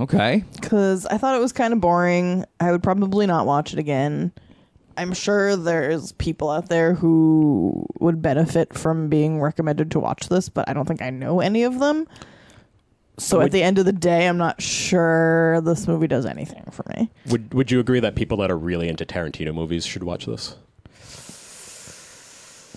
[SPEAKER 3] Okay,
[SPEAKER 4] because I thought it was kind of boring. I would probably not watch it again. I'm sure there's people out there who would benefit from being recommended to watch this, but I don't think I know any of them. So at
[SPEAKER 5] Would-
[SPEAKER 4] the end of the day, I'm not sure this movie does anything for me.
[SPEAKER 5] Would Would you agree that people that are really into Tarantino movies should watch this?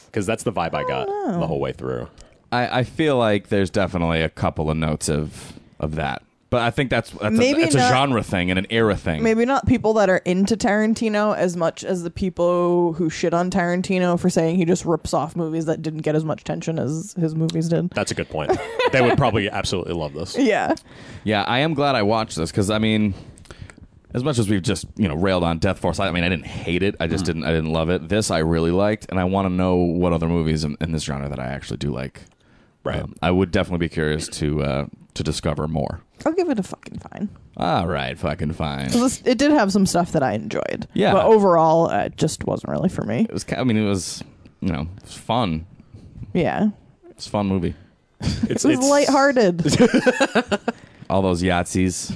[SPEAKER 5] Because that's the vibe I, got the whole way through.
[SPEAKER 3] I, I feel like there's definitely a couple of notes of of that, but I think that's that's,
[SPEAKER 4] Maybe
[SPEAKER 3] a, that's a
[SPEAKER 4] not-
[SPEAKER 3] genre thing and an era thing.
[SPEAKER 4] Maybe not people that are into Tarantino as much as the people who shit on Tarantino for saying he just rips off movies that didn't get as much attention as his movies did.
[SPEAKER 5] That's a good point. they would probably absolutely love this.
[SPEAKER 4] Yeah.
[SPEAKER 3] Yeah, I am glad I watched this because I mean, as much as we've just you know railed on Death Force, I mean, I didn't hate it. I just didn't. I didn't love it. This I really liked, and I want to know what other movies in, in this genre that I actually do like.
[SPEAKER 5] Right.
[SPEAKER 3] Um, I would definitely be curious to uh, to discover more.
[SPEAKER 4] I'll give it a fucking fine.
[SPEAKER 3] All right, fucking fine.
[SPEAKER 4] So
[SPEAKER 3] It
[SPEAKER 4] this, it did have some stuff that I enjoyed.
[SPEAKER 3] Yeah.
[SPEAKER 4] But overall, uh, it just wasn't really for me.
[SPEAKER 3] was. ki- I mean, it was. You know, it was fun.
[SPEAKER 4] Yeah.
[SPEAKER 3] It's a fun movie.
[SPEAKER 5] It's,
[SPEAKER 4] It was lighthearted.
[SPEAKER 3] All those Yahtzees.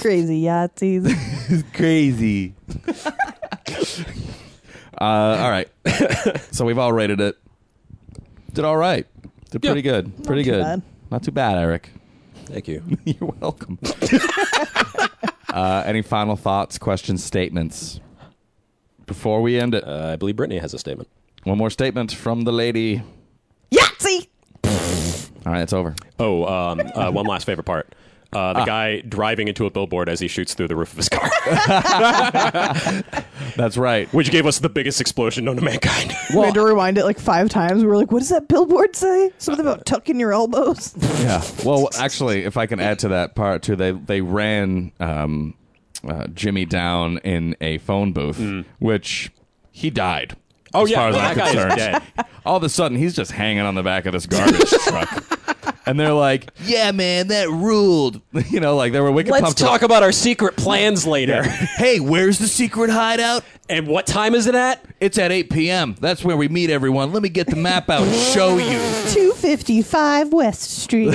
[SPEAKER 4] Crazy Yahtzees.
[SPEAKER 3] Crazy. uh, all right. so we've all rated it. Did all right. Did pretty good. pretty
[SPEAKER 4] too
[SPEAKER 3] good.
[SPEAKER 4] bad.
[SPEAKER 3] Not too bad, Eric.
[SPEAKER 5] Thank you.
[SPEAKER 3] You're welcome. uh, any final thoughts, questions, statements before we end it?
[SPEAKER 5] Uh, I believe Brittany has a statement.
[SPEAKER 3] One more statement from the lady.
[SPEAKER 4] Yahtzee!
[SPEAKER 3] All right, it's over.
[SPEAKER 5] Oh, um, uh, one last favorite part. Uh, the guy driving into a billboard as he shoots through the roof of his car,
[SPEAKER 3] That's right.
[SPEAKER 5] which gave us the biggest explosion known to mankind.
[SPEAKER 4] we had to rewind it like five times. We were like, what does that billboard say? Something
[SPEAKER 3] Uh,
[SPEAKER 4] about tucking your elbows.
[SPEAKER 3] Yeah. Well, actually, if I can add to that part too, they they ran um, uh, Jimmy down in a phone booth, which he died.
[SPEAKER 5] Mm. Oh,
[SPEAKER 3] as
[SPEAKER 5] yeah.
[SPEAKER 3] far as
[SPEAKER 5] That
[SPEAKER 3] I'm
[SPEAKER 5] guy is
[SPEAKER 3] concerned.
[SPEAKER 5] dead.
[SPEAKER 3] All of a sudden, he's just hanging on the back of this garbage truck. And they're like, "Yeah, man, that ruled." You know, like they were wicked pumped up.
[SPEAKER 5] about our secret plans later.
[SPEAKER 3] Hey, where's the secret hideout?
[SPEAKER 5] and what time is it at?
[SPEAKER 3] It's at 8 p.m. That's where we meet everyone. Let me get the map out and show you.
[SPEAKER 4] 255 West Street.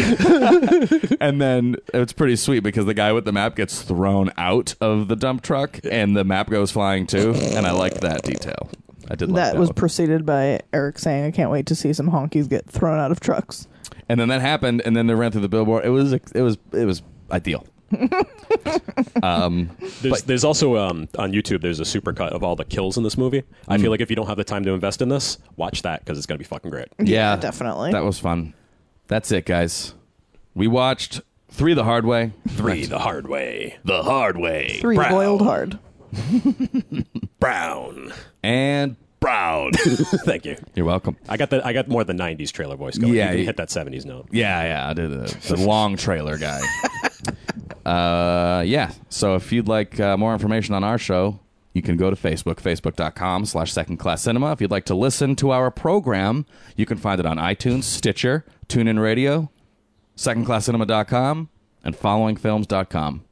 [SPEAKER 3] And then it's pretty sweet because the guy with the map gets thrown out of the dump truck and the map goes flying too. And I liked that detail. I did like that.
[SPEAKER 4] that was
[SPEAKER 3] one.
[SPEAKER 4] preceded by Eric saying, I can't wait to see some honkies get thrown out of trucks.
[SPEAKER 3] and then that happened, and then they ran through the billboard. It was it was it was ideal.
[SPEAKER 5] There's, there's also um, on YouTube. There's a supercut of all the kills in this movie. I feel like if you don't have the time to invest in this, watch that because it's gonna be fucking great.
[SPEAKER 3] Yeah,
[SPEAKER 4] definitely.
[SPEAKER 3] That was fun. That's it, guys. We watched three the hard way.
[SPEAKER 5] Three the hard way.
[SPEAKER 3] The hard way.
[SPEAKER 4] Three
[SPEAKER 5] Brown.
[SPEAKER 4] boiled hard.
[SPEAKER 5] Brown.
[SPEAKER 3] And
[SPEAKER 5] Brown. Thank you.
[SPEAKER 3] you're welcome.
[SPEAKER 5] I got the I got more the '90s trailer voice going.
[SPEAKER 3] Yeah,
[SPEAKER 5] you
[SPEAKER 3] you-
[SPEAKER 5] can hit that '70s note.
[SPEAKER 3] Yeah, yeah, I did the, the long trailer guy. uh, yeah. So if you'd like uh, more information on our show, you can go to Facebook, facebook.com slash second class cinema. If you'd like to listen to our program, you can find it on iTunes, Stitcher, TuneIn Radio, secondclasscinema.com, and followingfilms.com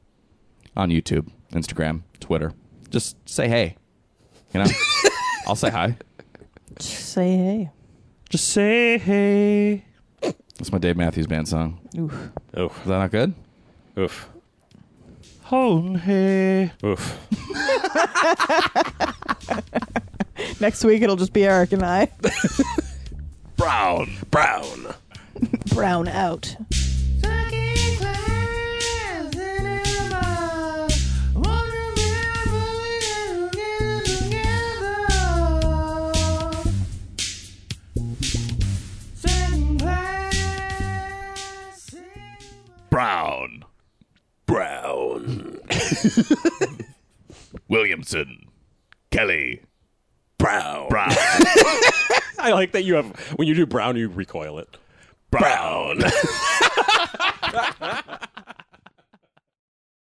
[SPEAKER 3] on YouTube, Instagram, Twitter. Just say hey. You know? I'll say hi.
[SPEAKER 4] Say hey.
[SPEAKER 3] Just say hey. That's my Dave Matthews Band song.
[SPEAKER 4] Oof.
[SPEAKER 5] Oof.
[SPEAKER 3] Is that not good?
[SPEAKER 5] Oof.
[SPEAKER 3] Only.
[SPEAKER 5] Oof.
[SPEAKER 4] Next week it'll just be Eric and I.
[SPEAKER 5] Brown. Brown.
[SPEAKER 4] Brown out.
[SPEAKER 7] Fucking clowns in a ball. Wondering if we'll get it together. Second class.
[SPEAKER 3] Brown.
[SPEAKER 5] Brown.
[SPEAKER 3] Williamson. Kelly.
[SPEAKER 5] Brown.
[SPEAKER 3] Brown.
[SPEAKER 5] I like that you have when you do brown, you recoil it. Brown.